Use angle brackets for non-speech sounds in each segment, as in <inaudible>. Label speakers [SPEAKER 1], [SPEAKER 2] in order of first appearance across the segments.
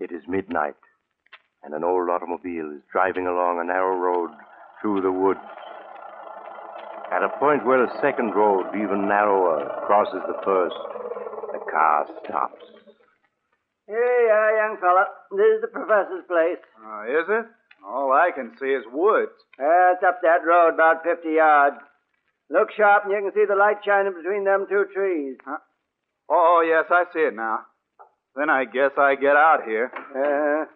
[SPEAKER 1] It is midnight, and an old automobile is driving along a narrow road through the woods. At a point where a second road, even narrower, crosses the first, the car stops.
[SPEAKER 2] Hey, uh, young fella, this is the professor's place.
[SPEAKER 3] Uh, is it? All I can see is woods.
[SPEAKER 2] Uh, it's up that road about 50 yards. Look sharp and you can see the light shining between them two trees.
[SPEAKER 3] Oh, yes, I see it now. Then I guess I get out here.
[SPEAKER 2] Uh,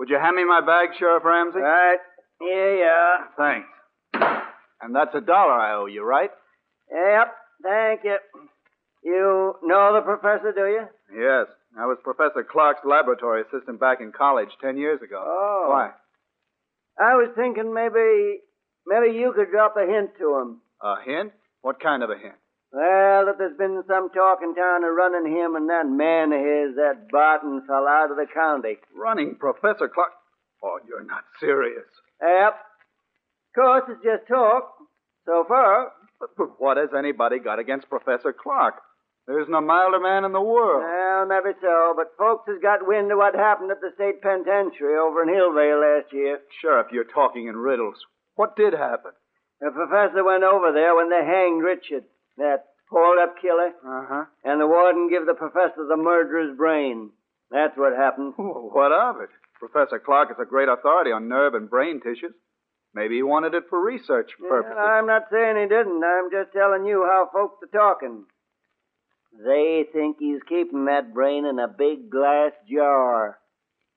[SPEAKER 3] Would you hand me my bag, Sheriff Ramsey?
[SPEAKER 2] right. Here you are.
[SPEAKER 3] Thanks. And that's a dollar I owe you, right?
[SPEAKER 2] Yep, thank you. You know the professor, do you?
[SPEAKER 3] Yes. I was Professor Clark's laboratory assistant back in college ten years ago.
[SPEAKER 2] Oh.
[SPEAKER 3] Why?
[SPEAKER 2] I was thinking maybe, maybe you could drop a hint to him.
[SPEAKER 3] A hint? What kind of a hint?
[SPEAKER 2] Well, that there's been some talk in town of running him and that man of his, that Barton fell out of the county.
[SPEAKER 3] Running Professor Clark. Oh, you're not serious.
[SPEAKER 2] Yep. Of course, it's just talk. So far,
[SPEAKER 3] But, but <laughs> what has anybody got against Professor Clark? There isn't a milder man in the world.
[SPEAKER 2] Well, maybe so, but folks has got wind of what happened at the state penitentiary over in Hillvale last year.
[SPEAKER 3] Sheriff, you're talking in riddles. What did happen?
[SPEAKER 2] The professor went over there when they hanged Richard, that hauled up killer,
[SPEAKER 3] Uh huh.
[SPEAKER 2] and the warden gave the professor the murderer's brain. That's what happened.
[SPEAKER 3] Well, What of it? Professor Clark is a great authority on nerve and brain tissues. Maybe he wanted it for research purposes.
[SPEAKER 2] Well, I'm not saying he didn't. I'm just telling you how folks are talking. They think he's keeping that brain in a big glass jar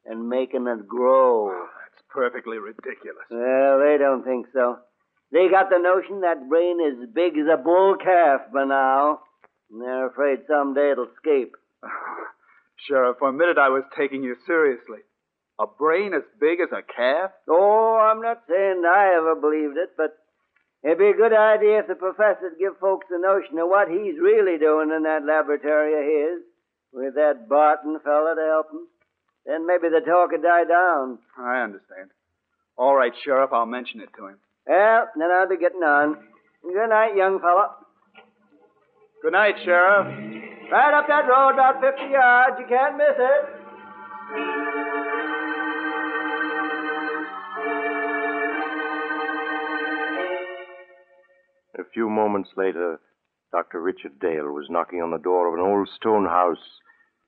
[SPEAKER 2] and making it grow.
[SPEAKER 3] That's Oh, perfectly ridiculous. <sighs>
[SPEAKER 2] Well, they don't think so. They got the notion that brain is as big as a bull calf by now. And they're afraid someday it'll escape.
[SPEAKER 3] Sheriff, for a minute I was taking you seriously. A brain as big as a calf?
[SPEAKER 2] Oh, I'm not saying I ever believed it, but it'd be a good idea if the professor'd give folks the notion of what he's really doing in that laboratory of his, with that Barton fella to help him. Then maybe the talk would die down.
[SPEAKER 3] I understand. All right, Sheriff, I'll mention it to him.
[SPEAKER 2] Well, then I'll be getting on. Good night, young fella.
[SPEAKER 3] Good night, Sheriff.
[SPEAKER 2] Right up that road, about 50 yards. You can't miss it.
[SPEAKER 1] A few moments later, Dr. Richard Dale was knocking on the door of an old stone house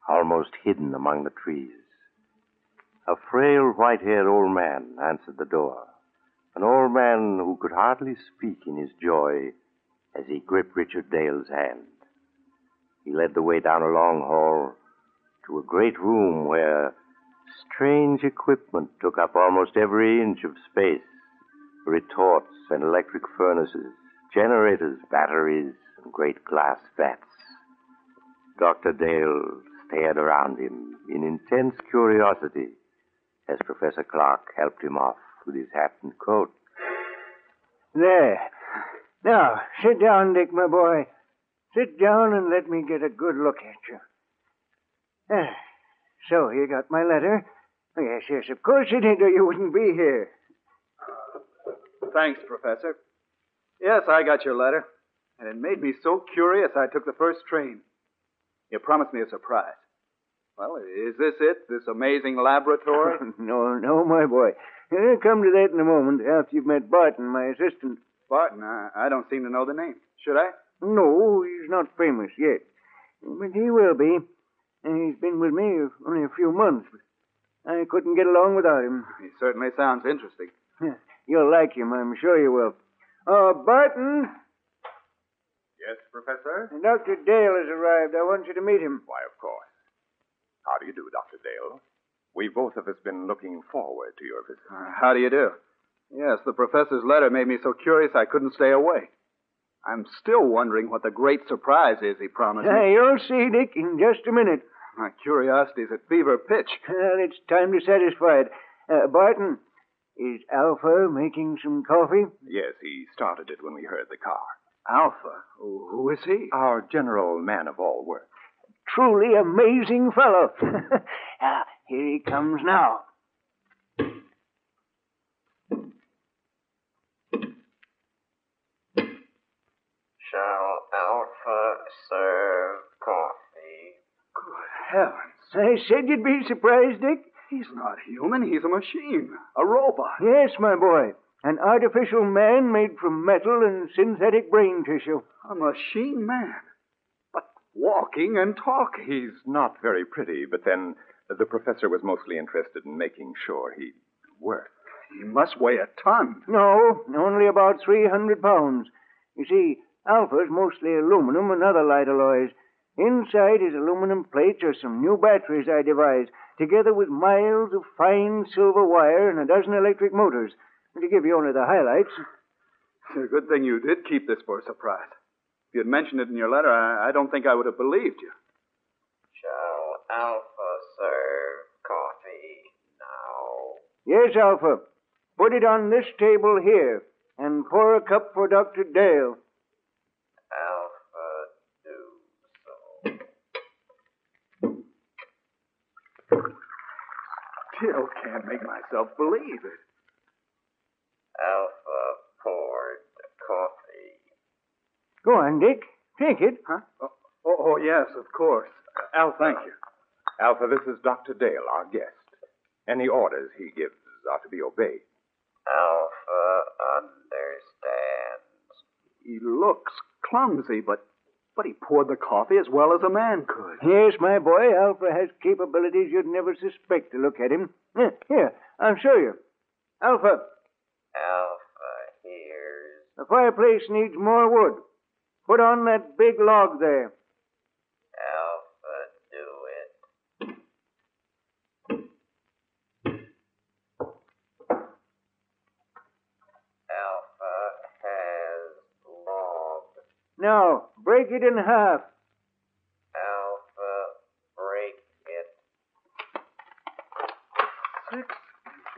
[SPEAKER 1] almost hidden among the trees. A frail, white haired old man answered the door, an old man who could hardly speak in his joy as he gripped Richard Dale's hand. He led the way down a long hall to a great room where strange equipment took up almost every inch of space retorts and electric furnaces, generators, batteries, and great glass vats. Dr. Dale stared around him in intense curiosity as Professor Clark helped him off with his hat and coat.
[SPEAKER 2] There. Now, sit down, Dick, my boy. Sit down and let me get a good look at you. Ah, so, you got my letter? Oh, yes, yes, of course you did, or you wouldn't be here. <laughs>
[SPEAKER 3] Thanks, Professor. Yes, I got your letter, and it made me so curious I took the first train. You promised me a surprise. Well, is this it? This amazing
[SPEAKER 2] <laughs>
[SPEAKER 3] laboratory?
[SPEAKER 2] no, no, my boy. I'll come to that in a moment after you've met Barton, my assistant.
[SPEAKER 3] Barton, I, I don't seem to know the name. Should I?
[SPEAKER 2] No, he's not famous yet. But he will be. And he's been with me only a few months. I couldn't get along without him.
[SPEAKER 3] He certainly sounds interesting.
[SPEAKER 2] <laughs> You'll like him, I'm sure you will. Oh, Barton,
[SPEAKER 4] Yes, Professor?
[SPEAKER 2] Dr. Dale has arrived. I want you to meet him.
[SPEAKER 4] Why, of course. How do you do, Dr. Dale? We've both of us been looking forward to your visit.
[SPEAKER 3] Uh, how do you do? Yes, the professor's letter made me so curious I couldn't stay away. I'm still wondering what the great surprise is he promised me.
[SPEAKER 2] Hey, <laughs> you'll see, Dick, in just a minute.
[SPEAKER 3] My curiosity's at fever pitch.
[SPEAKER 2] Well, it's time to satisfy it. Uh, Barton, is Alpha making some coffee?
[SPEAKER 4] Yes, he started it when we heard the car.
[SPEAKER 3] Alpha? Who who is he?
[SPEAKER 4] Our general man of all work.
[SPEAKER 2] Truly amazing fellow. <laughs> Ah, here he comes now.
[SPEAKER 5] Shall Alpha serve coffee?
[SPEAKER 3] Heavens.
[SPEAKER 2] I said you'd be surprised, Dick.
[SPEAKER 3] He's not human. He's a machine. A robot.
[SPEAKER 2] Yes, my boy. An artificial man made from metal and synthetic brain tissue.
[SPEAKER 3] A machine man. But walking and talking.
[SPEAKER 4] He's not very pretty, but then the professor was mostly interested in making sure he'd work.
[SPEAKER 3] He must weigh a ton.
[SPEAKER 2] No, only about 300 pounds. You see, Alpha's mostly aluminum and other light alloys. Inside is aluminum plates or some new batteries I devised, together with miles of fine silver wire and a dozen electric motors. To give you only the highlights.
[SPEAKER 3] It's a good thing you did keep this for a surprise. If you'd mentioned it in your letter, I, I don't think I would have believed you.
[SPEAKER 5] Shall Alpha serve coffee now?
[SPEAKER 2] Yes, Alpha. Put it on this table here, and pour a cup for Dr. Dale.
[SPEAKER 5] Alpha do so.
[SPEAKER 3] Still can't make myself believe it.
[SPEAKER 5] Alpha poured coffee.
[SPEAKER 2] Go on, Dick. Take it.
[SPEAKER 3] Huh? Oh, oh, oh, yes, of course. Al, thank you.
[SPEAKER 4] Alpha, this is Dr. Dale, our guest. Any orders he gives are to be obeyed.
[SPEAKER 5] Alpha understands.
[SPEAKER 3] He looks clumsy, but but he poured the coffee as well as a man could.
[SPEAKER 2] Yes, my boy, Alpha has capabilities you'd never suspect to look at him. Here, Here, I'll show you. Alpha,
[SPEAKER 5] Alpha hears.
[SPEAKER 2] the fireplace needs more wood. Put on that big log there.
[SPEAKER 5] Alpha do it. Alpha has log.
[SPEAKER 2] Now, break it in half.
[SPEAKER 5] Alpha break it.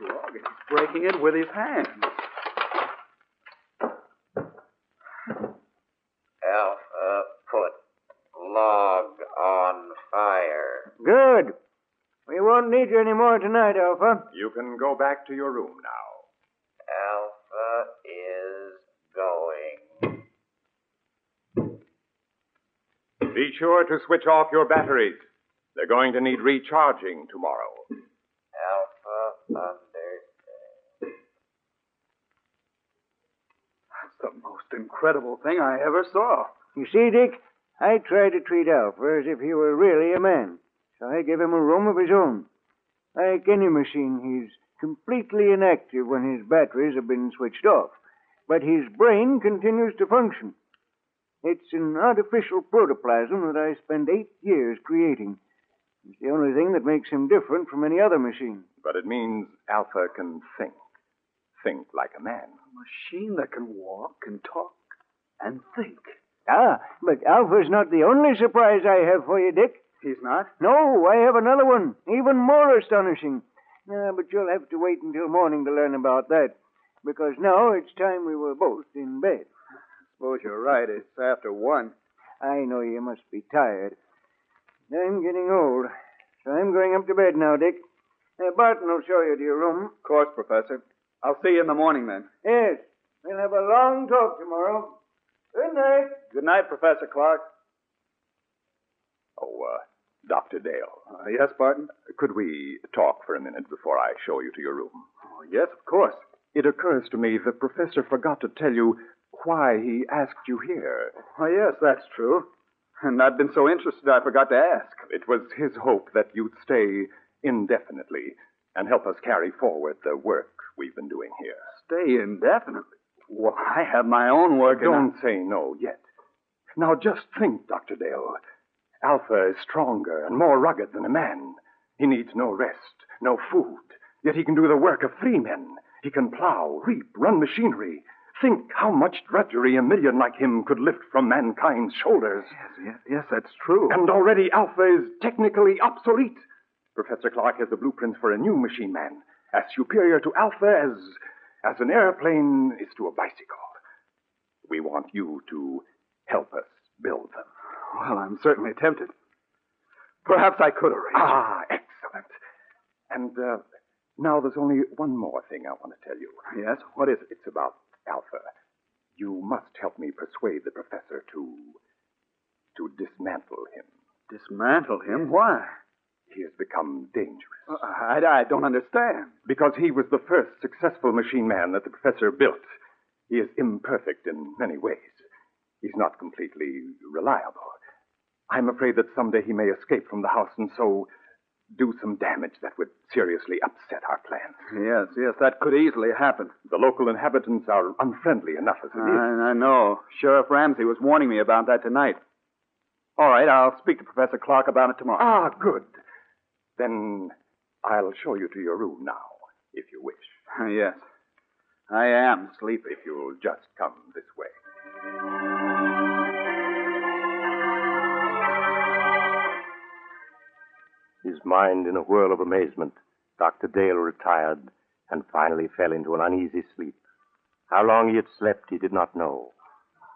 [SPEAKER 3] Log, He's breaking it with his hands.
[SPEAKER 5] Alpha put log on fire.
[SPEAKER 2] Good. We won't need you any more tonight, Alpha.
[SPEAKER 4] You can go back to your room now.
[SPEAKER 5] Alpha is going.
[SPEAKER 4] Be sure to switch off your batteries. They're going to need recharging tomorrow.
[SPEAKER 5] Alpha understands.
[SPEAKER 3] That's the most incredible thing I ever saw.
[SPEAKER 2] You see, Dick, I try to treat Alpha as if he were really a man, so I give him a room of his own. Like any machine, he's completely inactive when his batteries have been switched off, but his brain continues to function. It's an artificial protoplasm that I spent eight years creating. It's the only thing that makes him different from any other machine.
[SPEAKER 4] But it means Alpha can think. Think like a man.
[SPEAKER 3] A machine that can walk and talk and think.
[SPEAKER 2] Ah, but Alpha's not the only surprise I have for you, Dick.
[SPEAKER 3] He's not?
[SPEAKER 2] No, I have another one, even more astonishing. Ah, but you'll have to wait until morning to learn about that, because now it's time we were both in bed.
[SPEAKER 3] Suppose you're right. eh? It's after one.
[SPEAKER 2] I know you must be tired. I'm getting old, so I'm going up to bed now, Dick. Uh, Barton will show you to your room.
[SPEAKER 3] Of course, Professor. I'll see you in the morning then.
[SPEAKER 2] Yes, we'll have a long talk tomorrow. Good night.
[SPEAKER 3] Good night, Professor Clark.
[SPEAKER 4] Oh, uh, Dr. Dale,
[SPEAKER 3] Uh, yes, Barton?
[SPEAKER 4] could we talk for a minute before I show you to your room?
[SPEAKER 3] Oh, yes, of course.
[SPEAKER 4] It occurs to me the professor forgot to tell you why he asked you here.
[SPEAKER 3] Oh, yes, that's true. And I've been so interested I forgot to ask.
[SPEAKER 4] It was his hope that you'd stay indefinitely and help us carry forward the work we've been doing here.
[SPEAKER 3] Stay indefinitely. Well, I have my own work. and I-
[SPEAKER 4] Don't say no yet. Now just think, Dr. Dale. Alpha is stronger and more rugged than a man. He needs no rest, no food, yet he can do the work of three men. He can plow, reap, run machinery. Think how much drudgery a million like him could lift from mankind's shoulders.
[SPEAKER 3] Yes, yes, that's true.
[SPEAKER 4] And already Alpha is technically obsolete. Professor Clark has the blueprints for a new machine man, as superior to Alpha as, as an airplane is to a bicycle. We want you to help us build them.
[SPEAKER 3] Well, I'm certainly tempted. Perhaps I could arrange.
[SPEAKER 4] Ah, excellent. And uh, now there's only one more thing I want to tell you.
[SPEAKER 3] Yes?
[SPEAKER 4] What is it? It's about Alpha. You must help me persuade the professor to. to dismantle him.
[SPEAKER 3] Dismantle him? Why?
[SPEAKER 4] He has become dangerous.
[SPEAKER 3] Uh, I, I don't understand.
[SPEAKER 4] Because he was the first successful machine man that the professor built. He is imperfect in many ways. He's not completely reliable. I'm afraid that someday he may escape from the house and so do some damage that would seriously upset our plans.
[SPEAKER 3] Yes, yes, that could easily happen.
[SPEAKER 4] The local inhabitants are unfriendly enough as it is.
[SPEAKER 3] I, I know. Sheriff Ramsey was warning me about that tonight. All right, I'll speak to Professor Clark about it tomorrow.
[SPEAKER 4] Ah, good. Then I'll show you to your room now, if you wish.
[SPEAKER 3] yes. I am sleepy.
[SPEAKER 4] If you'll just come this way.
[SPEAKER 1] His mind in a whirl of amazement, Dr. Dale retired and finally fell into an uneasy sleep. How long he had slept, he did not know.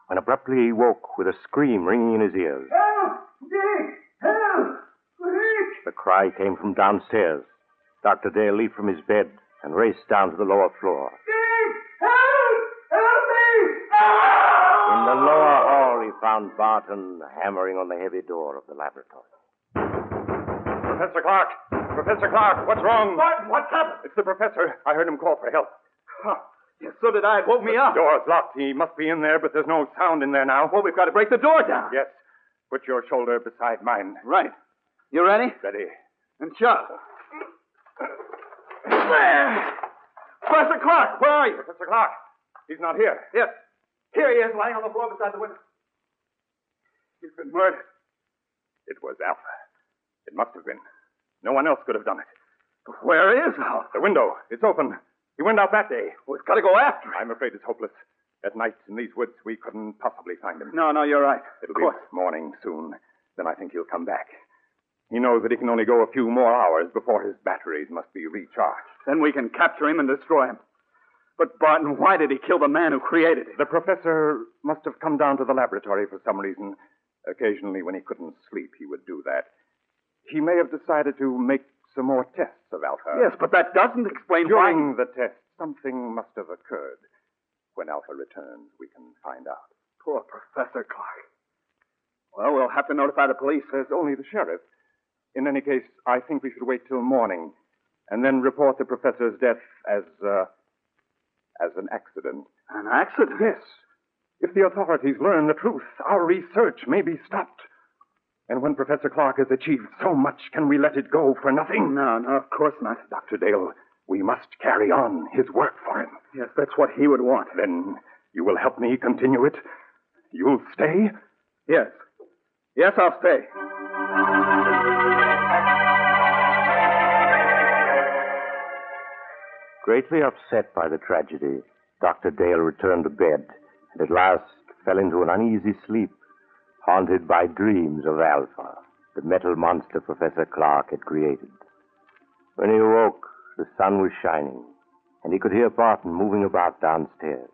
[SPEAKER 1] When abruptly he woke with a scream ringing in his ears.
[SPEAKER 6] Help! Dick! Help! Quick!
[SPEAKER 1] The cry came from downstairs. Dr. Dale leaped from his bed and raced down to the lower floor.
[SPEAKER 6] Dick! Help! Help me! Ah!
[SPEAKER 1] In the lower hall, he found Barton hammering on the heavy door of the laboratory.
[SPEAKER 4] Professor Clark! Professor Clark, what's wrong?
[SPEAKER 3] Barton, what's happened?
[SPEAKER 4] It's the professor. I heard him call for help.
[SPEAKER 3] Huh. Yes, so did I. It woke me up.
[SPEAKER 4] The door's locked. He must be in there, but there's no sound in there now.
[SPEAKER 3] Well, we've got to break the door down.
[SPEAKER 4] Yes. Put your shoulder beside mine.
[SPEAKER 3] Right. You ready?
[SPEAKER 4] Ready.
[SPEAKER 3] And shove. There! Professor Clark, where are you?
[SPEAKER 4] Professor Clark, he's not here.
[SPEAKER 3] Yes. Here he is, lying on the floor beside the window. He's been murdered.
[SPEAKER 4] It was Alpha. It must have been. No one else could have done it.
[SPEAKER 3] But Where is Al?
[SPEAKER 4] The window, it's open. He went out that day.
[SPEAKER 3] We've got to Oh, go after him.
[SPEAKER 4] I'm afraid it's hopeless. At night in these woods, we couldn't possibly find him.
[SPEAKER 3] No, no, you're right.
[SPEAKER 4] It'll
[SPEAKER 3] of course.
[SPEAKER 4] be morning soon. Then I think he'll come back. He knows that he can only go a few more hours before his batteries must be recharged.
[SPEAKER 3] Then we can capture him and destroy him. But Barton, why did he kill the man who created it?
[SPEAKER 4] The professor must have come down to the laboratory for some reason. Occasionally, when he couldn't sleep, he would do that. He may have decided to make some more tests of Alpha.
[SPEAKER 3] Yes, but that doesn't explain why.
[SPEAKER 4] During the test, uh, something must have occurred. When Alpha returns, we can find out.
[SPEAKER 3] Poor Professor Clark. Well, we'll have to notify the police.
[SPEAKER 4] There's only the sheriff. In any case, I think we should wait till morning and then report the professor's death as, uh, as an accident.
[SPEAKER 3] An accident?
[SPEAKER 4] Yes. If the authorities learn the truth, our research may be stopped. And when Professor Clark has achieved so much, can we let it go for nothing?
[SPEAKER 3] No, no, of course not.
[SPEAKER 4] Dr. Dale, we must carry on his work for him.
[SPEAKER 3] Yes, that's what he would want.
[SPEAKER 4] Then you will help me continue it? You'll stay?
[SPEAKER 3] Yes. Yes, I'll stay.
[SPEAKER 1] Greatly upset by the tragedy, Dr. Dale returned to bed and at last fell into an uneasy sleep, haunted by dreams of Alpha, the metal monster Professor Clark had created. When he awoke, the sun was shining, and he could hear Barton moving about downstairs.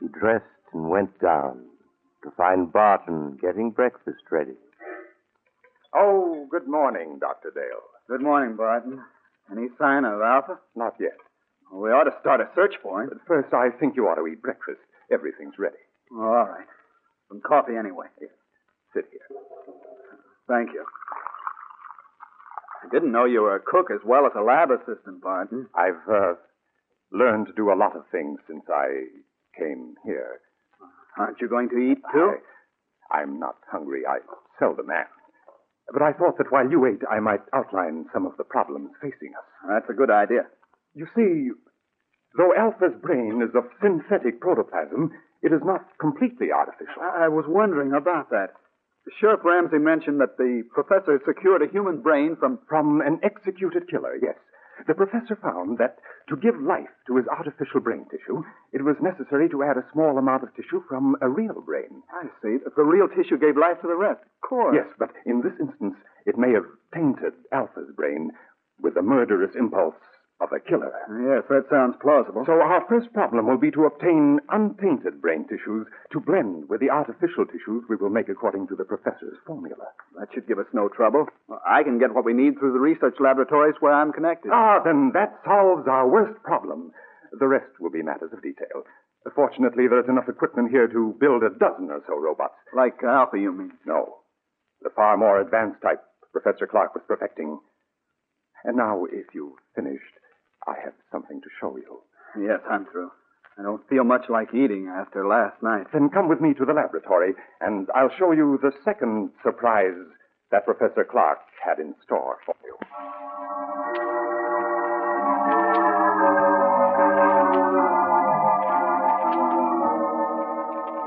[SPEAKER 1] He dressed and went down to find Barton getting breakfast ready.
[SPEAKER 4] Oh, good morning, Dr. Dale.
[SPEAKER 3] Good morning, Barton. Any sign of Alpha?
[SPEAKER 4] Not yet.
[SPEAKER 3] We ought to start a search for him.
[SPEAKER 4] But first, I think you ought to eat breakfast. Everything's ready.
[SPEAKER 3] Oh, all right. Some coffee anyway.
[SPEAKER 4] Sit here.
[SPEAKER 3] Thank you. I didn't know you were a cook as well as a lab assistant, Barton.
[SPEAKER 4] I've uh, learned to do a lot of things since I came here.
[SPEAKER 3] Aren't you going to eat too?
[SPEAKER 4] I, I'm not hungry. I seldom am. But I thought that while you ate, I might outline some of the problems facing us.
[SPEAKER 3] That's a good idea.
[SPEAKER 4] You see, though Alpha's brain is of synthetic protoplasm, it is not completely artificial.
[SPEAKER 3] I, I was wondering about that. Sheriff Ramsey mentioned that the professor secured a human brain from.
[SPEAKER 4] From an executed killer, yes. the professor found that to give life to his artificial brain tissue, it was necessary to add a small amount of tissue from a real brain.
[SPEAKER 3] I see. The- The real tissue gave life to the rest. Of course.
[SPEAKER 4] Yes, but in this instance, it may have tainted Alpha's brain with the murderous impulse of a killer.
[SPEAKER 3] Yes, that sounds plausible.
[SPEAKER 4] So our first problem will be to obtain untainted brain tissues to blend with the artificial tissues we will make according to the professor's formula.
[SPEAKER 3] That should give us no trouble. Well, I can get what we need through the research laboratories where I'm connected.
[SPEAKER 4] Ah, then that solves our worst problem. The rest will be matters of detail. Fortunately, there is enough equipment here to build a dozen or so robots.
[SPEAKER 3] Like Alpha, you mean?
[SPEAKER 4] No, the far more advanced type Professor Clark was perfecting. And now, if you've finished, I have something to show you.
[SPEAKER 3] Yes, I'm through. I don't feel much like eating after last night.
[SPEAKER 4] Then come with me to the laboratory, and I'll show you the second surprise that Professor Clark had in store for you.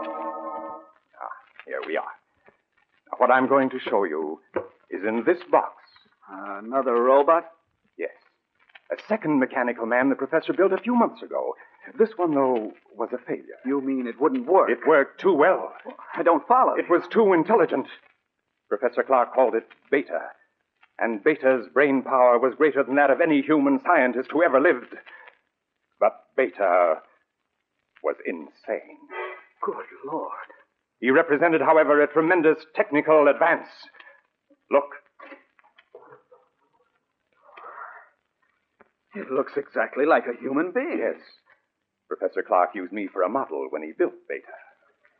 [SPEAKER 4] Ah, here we are. Now, what I'm going to show you is in this box.
[SPEAKER 3] Uh, another robot?
[SPEAKER 4] Yes. A second mechanical man the professor built a few months ago. This one, though, was a failure.
[SPEAKER 3] You mean it wouldn't work?
[SPEAKER 4] It worked too well.
[SPEAKER 3] I don't follow.
[SPEAKER 4] It was too intelligent. Professor Clark called it beta. And beta's brain power was greater than that of any human scientist who ever lived. But beta was insane.
[SPEAKER 3] Good Lord.
[SPEAKER 4] He represented, however, a tremendous technical advance. Look,
[SPEAKER 3] It looks exactly like a human being.
[SPEAKER 4] yes. Professor Clark used me for a model when he built beta.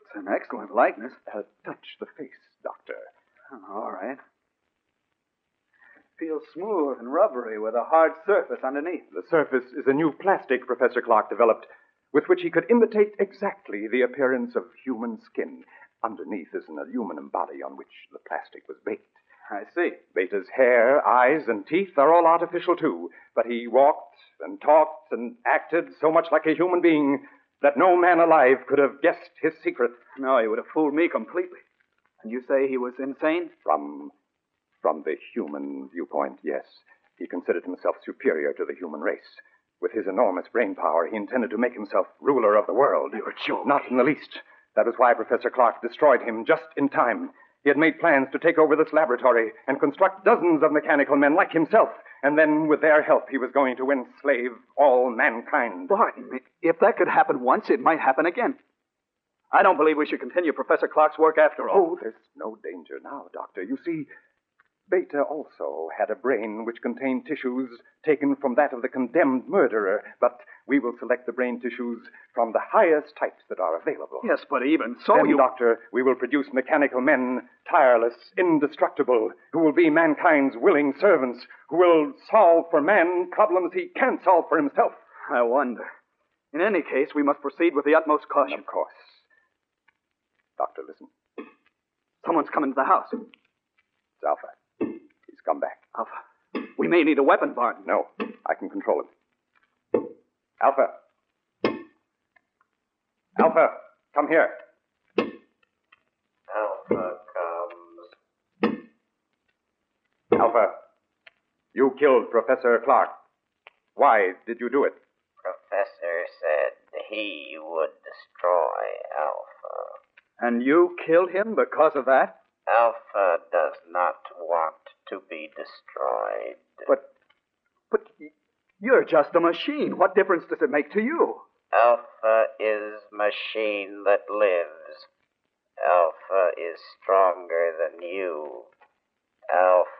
[SPEAKER 3] It's an excellent likeness.
[SPEAKER 4] Uh, touch the face, Doctor.
[SPEAKER 3] Oh, all right. It feels smooth and rubbery with a hard surface underneath.
[SPEAKER 4] The surface is a new plastic Professor Clark developed with which he could imitate exactly the appearance of human skin. Underneath is an aluminum body on which the plastic was baked.
[SPEAKER 3] I see.
[SPEAKER 4] Beta's hair, eyes, and teeth are all artificial too, but he walked and talked and acted so much like a human being that no man alive could have guessed his secret
[SPEAKER 3] No, he would have fooled me completely. And you say he was insane?
[SPEAKER 4] from from the human viewpoint, yes. He considered himself superior to the human race. With his enormous brain power, he intended to make himself ruler of the world. You're joking. Not in the least. That was why Professor Clark destroyed him just in time. He had made plans to take over this laboratory and construct dozens of mechanical men like himself, and then with their help he was going to enslave all mankind.
[SPEAKER 3] Barton, i- if that could happen once, it might happen again. I don't believe we should continue Professor Clark's work after all.
[SPEAKER 4] Oh, there's no danger now, Doctor. You see, Beta also had a brain which contained tissues taken from that of the condemned murderer, but we will select the brain tissues from the highest types that are available.
[SPEAKER 3] Oh, yes, but even so,
[SPEAKER 4] then,
[SPEAKER 3] you.
[SPEAKER 4] Doctor, we will produce mechanical men, tireless, indestructible, who will be mankind's willing servants, who will solve for man problems he can't solve for himself.
[SPEAKER 3] I wonder. In any case, we must proceed with the utmost caution.
[SPEAKER 4] Of course. Doctor, listen.
[SPEAKER 3] Someone's come into the house.
[SPEAKER 4] It's Alpha. He's come back.
[SPEAKER 3] Alpha, we may need a weapon, Barton.
[SPEAKER 4] No, I can control him. Alpha. Alpha, come here.
[SPEAKER 7] Alpha comes.
[SPEAKER 4] Alpha, you killed Professor Clark. Why did you do it?
[SPEAKER 7] Professor said he would destroy Alpha.
[SPEAKER 3] And you killed him because of that?
[SPEAKER 7] Alpha does not want to be destroyed.
[SPEAKER 3] But. But y- you're just a machine. What difference does it make to you?
[SPEAKER 7] Alpha is machine that lives. Alpha is stronger than you. Alpha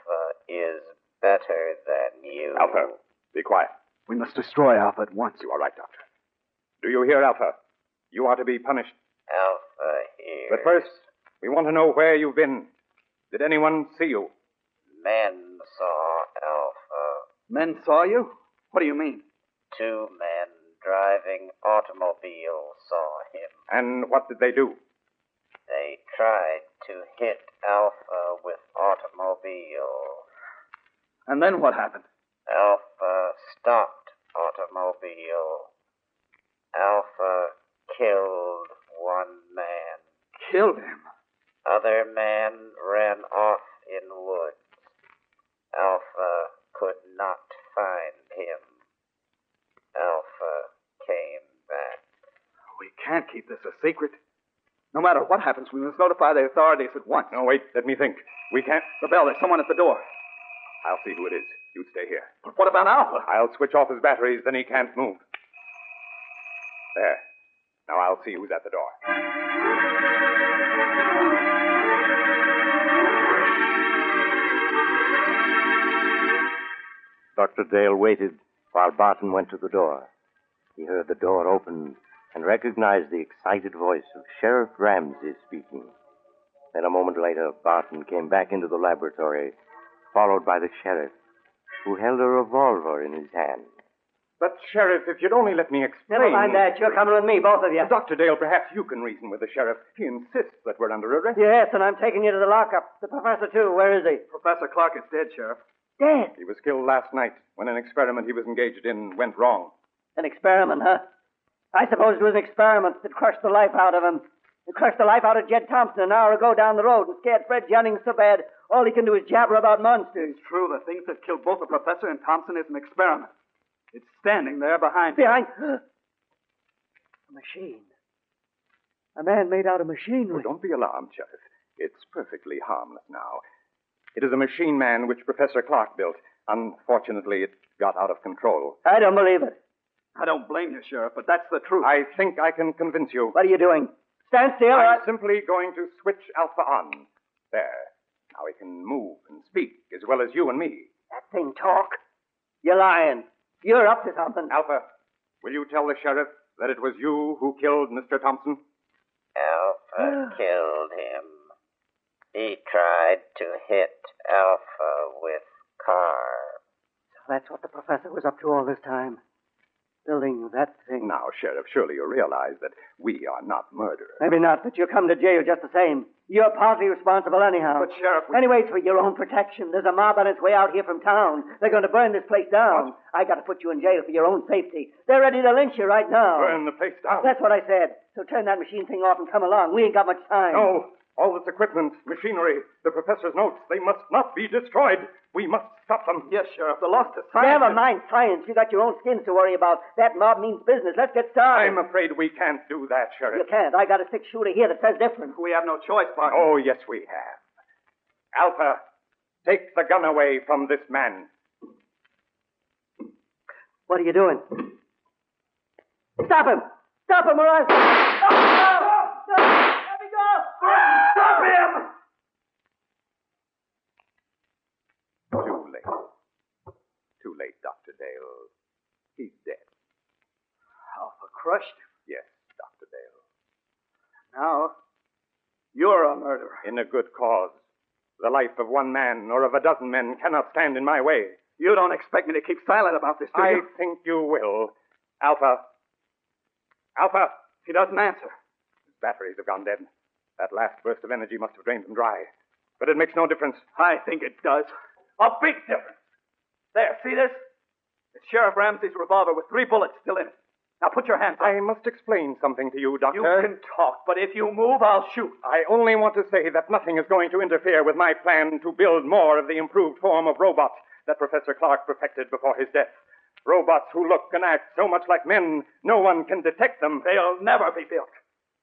[SPEAKER 7] is better than you.
[SPEAKER 4] Alpha, be quiet.
[SPEAKER 3] We must destroy Alpha at once.
[SPEAKER 4] You are right, Doctor. Do you hear, Alpha? You are to be punished.
[SPEAKER 7] Alpha here.
[SPEAKER 4] But first, we want to know where you've been. Did anyone see you?
[SPEAKER 7] men saw Alpha.
[SPEAKER 3] Men saw you? What do you mean?
[SPEAKER 7] Two men driving automobiles saw him.
[SPEAKER 4] And what did they do?
[SPEAKER 7] They tried to hit Alpha with automobile.
[SPEAKER 3] And then what happened?
[SPEAKER 7] Alpha stopped automobile. Alpha killed one man.
[SPEAKER 3] Killed him.
[SPEAKER 7] Other man ran off in woods. Alpha could not find him.
[SPEAKER 3] can't keep this a secret. No matter what happens, we must notify the authorities at once.
[SPEAKER 4] No, wait, let me think. We can't.
[SPEAKER 3] The bell, there's someone at the door.
[SPEAKER 4] I'll see who it is. You stay here.
[SPEAKER 3] But what about Alpha?
[SPEAKER 4] I'll switch off his batteries, then he can't move. There. Now I'll see who's at the door.
[SPEAKER 1] Dr. Dale waited while Barton went to the door. He heard the door open and recognized the excited voice of Sheriff Ramsey speaking. Then a moment later, Barton came back into the laboratory, followed by the sheriff, who held a revolver in his hand.
[SPEAKER 4] But, Sheriff, if you'd only let me explain.
[SPEAKER 2] Never mind that. You're coming with me, both of you.
[SPEAKER 4] Dr. Dale, perhaps you can reason with the sheriff. He insists that we're under arrest.
[SPEAKER 2] Yes, and I'm taking you to the lockup. The professor, too. Where is he?
[SPEAKER 3] Professor Clark is dead, Sheriff.
[SPEAKER 2] Dead.
[SPEAKER 4] He was killed last night when an experiment he was engaged in went wrong.
[SPEAKER 2] An experiment, huh? I suppose it was an experiment that crushed the life out of him. It crushed the life out of Jed Thompson an hour ago down the road and scared Fred Jennings so bad all he can do is jabber about monsters.
[SPEAKER 3] It's true. The things that killed both the professor and Thompson is an experiment. It's standing there behind.
[SPEAKER 2] Behind a machine. A man made out of
[SPEAKER 4] Oh,
[SPEAKER 2] machinery.
[SPEAKER 4] don't be alarmed, Sheriff. It's perfectly harmless now. It is a machine man which Professor Clark built. Unfortunately, it got out of control.
[SPEAKER 2] I don't believe it.
[SPEAKER 3] I don't blame you, Sheriff, but that's the truth.
[SPEAKER 4] I think I can convince you.
[SPEAKER 2] What are you doing? Stand still. or I-
[SPEAKER 4] I'm simply going to switch Alpha on. There. Now he can move and speak as well as you and me.
[SPEAKER 2] That thing talk. You're lying. You're up to something.
[SPEAKER 4] Alpha, will you tell the sheriff that it was you who killed Mr. Thompson?
[SPEAKER 7] Alpha killed him. He tried to hit Alpha with car.
[SPEAKER 2] That's what the professor was up to all this time. Building that thing.
[SPEAKER 4] Now, Sheriff, surely you realize that we are not murderers.
[SPEAKER 2] Maybe not, but you come to jail just the same. You're partly responsible anyhow.
[SPEAKER 3] But, Sheriff, we...
[SPEAKER 2] Anyway, it's for your own protection. There's a mob on its way out here from town. They're going to burn this place down. I got to put you in jail for your own safety. They're ready to lynch you right
[SPEAKER 3] Oh.
[SPEAKER 2] now.
[SPEAKER 4] Burn the place down.
[SPEAKER 2] That's what I said. So turn that machine thing off and come along. We ain't got much time.
[SPEAKER 4] No, all this equipment, machinery, the professor's notes, they must not be destroyed. We must stop them.
[SPEAKER 3] Yes, Sheriff, the lost to science.
[SPEAKER 2] Never mind science. You got your own skins to worry about. That mob means business. Let's get started.
[SPEAKER 4] I'm afraid we can't do that,
[SPEAKER 2] You
[SPEAKER 4] Sheriff.
[SPEAKER 2] can't. I got a six shooter here that says different.
[SPEAKER 3] We have no choice, Barton.
[SPEAKER 4] Oh, yes, we have. Alpha, take the gun away from this man.
[SPEAKER 2] What are you doing? Stop him! Stop him, or I. No! No! Let me go!
[SPEAKER 3] Stop him!
[SPEAKER 4] Too late. Too late, Dr. Dale. He's dead.
[SPEAKER 3] Alpha crushed him.
[SPEAKER 4] Yes, Dr. Dale.
[SPEAKER 3] Now, you're a murderer.
[SPEAKER 4] In a good cause. The life of one man or of a dozen men cannot stand in my way.
[SPEAKER 3] You don't expect me to keep silent about this, do
[SPEAKER 4] I
[SPEAKER 3] you?
[SPEAKER 4] think you will. Alpha. Alpha,
[SPEAKER 3] He doesn't answer.
[SPEAKER 4] his batteries have gone dead. That last burst of energy must have drained them dry. But it makes no difference.
[SPEAKER 3] I think it does. A big difference. There, see this? It's Sheriff Ramsey's revolver with three bullets still in it. Now put your hands up.
[SPEAKER 4] I must explain something to you, Doctor.
[SPEAKER 3] You can talk, but if you move, I'll shoot.
[SPEAKER 4] I only want to say that nothing is going to interfere with my plan to build more of the improved form of robot that Professor Clark perfected before his death. Robots who look and act so much like men, no one can detect them.
[SPEAKER 3] They'll never be built.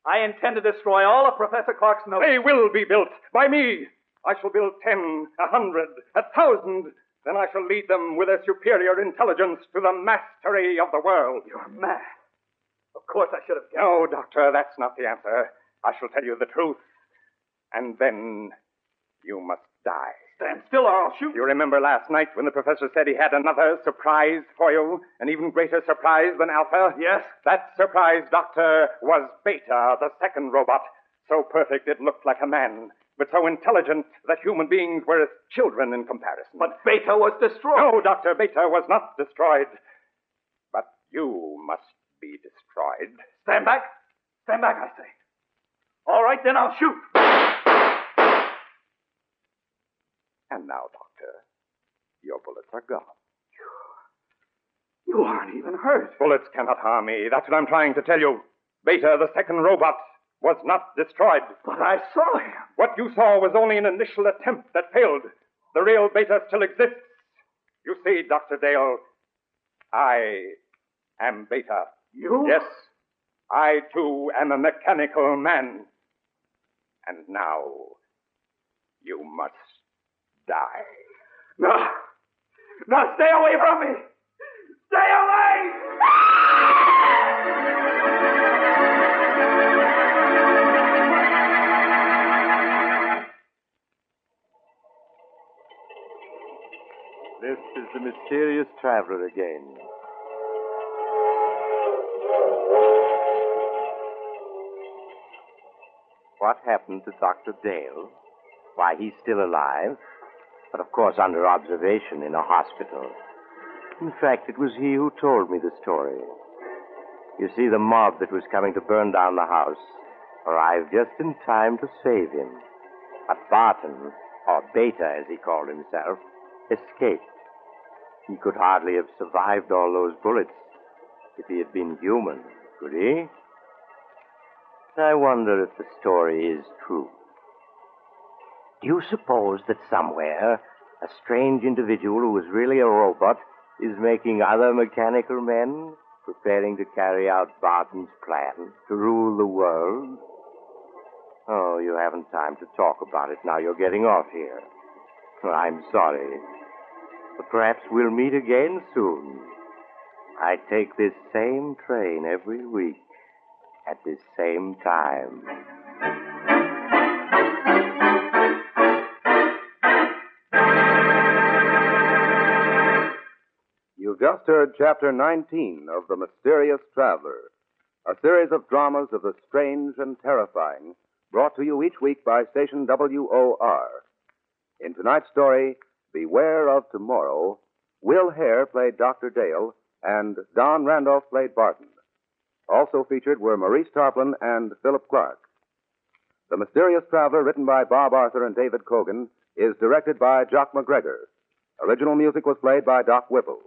[SPEAKER 3] I intend to destroy all of Professor Clark's notes.
[SPEAKER 4] They will be built by me. I shall build ten, a hundred, a thousand. Then I shall lead them with their superior intelligence to the mastery of the world.
[SPEAKER 3] You're mad. Of course I should have guessed.
[SPEAKER 4] No, Doctor, that's not the answer. I shall tell you the truth. And then you must die.
[SPEAKER 3] Stand still or I'll shoot.
[SPEAKER 4] You remember last night when the professor said he had another surprise for you? An even greater surprise than Alpha?
[SPEAKER 3] Yes.
[SPEAKER 4] That surprise, Doctor, was Beta, the second robot. So perfect it looked like a man, but so intelligent that human beings were as children in comparison.
[SPEAKER 3] But Beta was destroyed.
[SPEAKER 4] no, Dr. Beta was not destroyed. But you must be destroyed.
[SPEAKER 3] Stand back. Stand back, I say. All right, then I'll shoot.
[SPEAKER 4] And now, Doctor, your bullets are gone.
[SPEAKER 3] You aren't even hurt.
[SPEAKER 4] Bullets cannot harm me. That's what I'm trying to tell you. Beta, the second robot, was not destroyed.
[SPEAKER 3] But I saw him.
[SPEAKER 4] What you saw was only an initial attempt that failed. The real beta still exists. You see, Dr. Dale, I am beta.
[SPEAKER 3] You?
[SPEAKER 4] Yes, I, too, am a mechanical man. And now, you must die.
[SPEAKER 6] No. No, stay away from me. Stay away.
[SPEAKER 1] This is the mysterious traveler again. What happened to Dr. Dale? Why, he's still alive, but of course under observation in a hospital. In fact, it was he who told me the story. You see, the mob that was coming to burn down the house arrived just in time to save him. But Barton, or Beta as he called himself, escaped. He could hardly have survived all those bullets if he had been human, could he? I wonder if the story is true. Do you suppose that somewhere a strange individual who is really a robot is making other mechanical men preparing to carry out Barton's plan to rule the world? Oh, you haven't time to talk about it now. You're getting off here. Well, I'm sorry. But perhaps we'll meet again soon. I take this same train every week at this same time.
[SPEAKER 4] You've just heard Chapter 19 of The Mysterious Traveler, a series of dramas of the strange and terrifying brought to you each week by station WOR. In tonight's story, Beware of Tomorrow, Will Hare played Dr. Dale and Don Randolph played Barton. Also featured were Maurice Tarplin and Philip Clark. The Mysterious Traveler, written by Bob Arthur and David Cogan, is directed by Jock McGregor. Original music was played by Doc Whipple.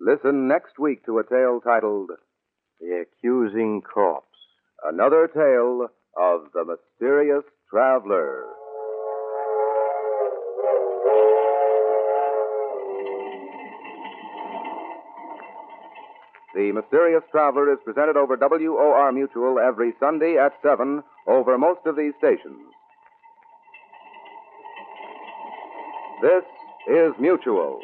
[SPEAKER 4] Listen next week to a tale titled
[SPEAKER 1] The accusing corpse.
[SPEAKER 4] Another Tale of the Mysterious Traveler. The Mysterious Traveler is presented over WOR Mutual every Sunday at 7 over most of these stations. This is Mutual.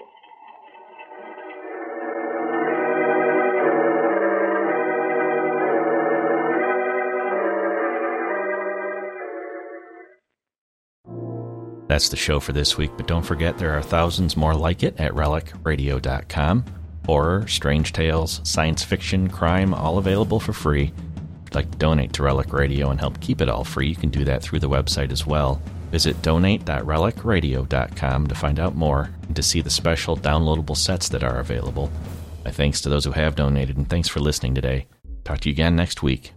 [SPEAKER 8] That's the show for this week, but don't forget there are thousands more like it at relicradio.com. Horror, strange tales, science fiction, crime, all available for free. If you'd like to donate to Relic Radio and help keep it all free, you can do that through the website as well. Visit donate.relicradio.com to find out more and to see the special downloadable sets that are available. My thanks to those who have donated, and thanks for listening today. Talk to you again next week.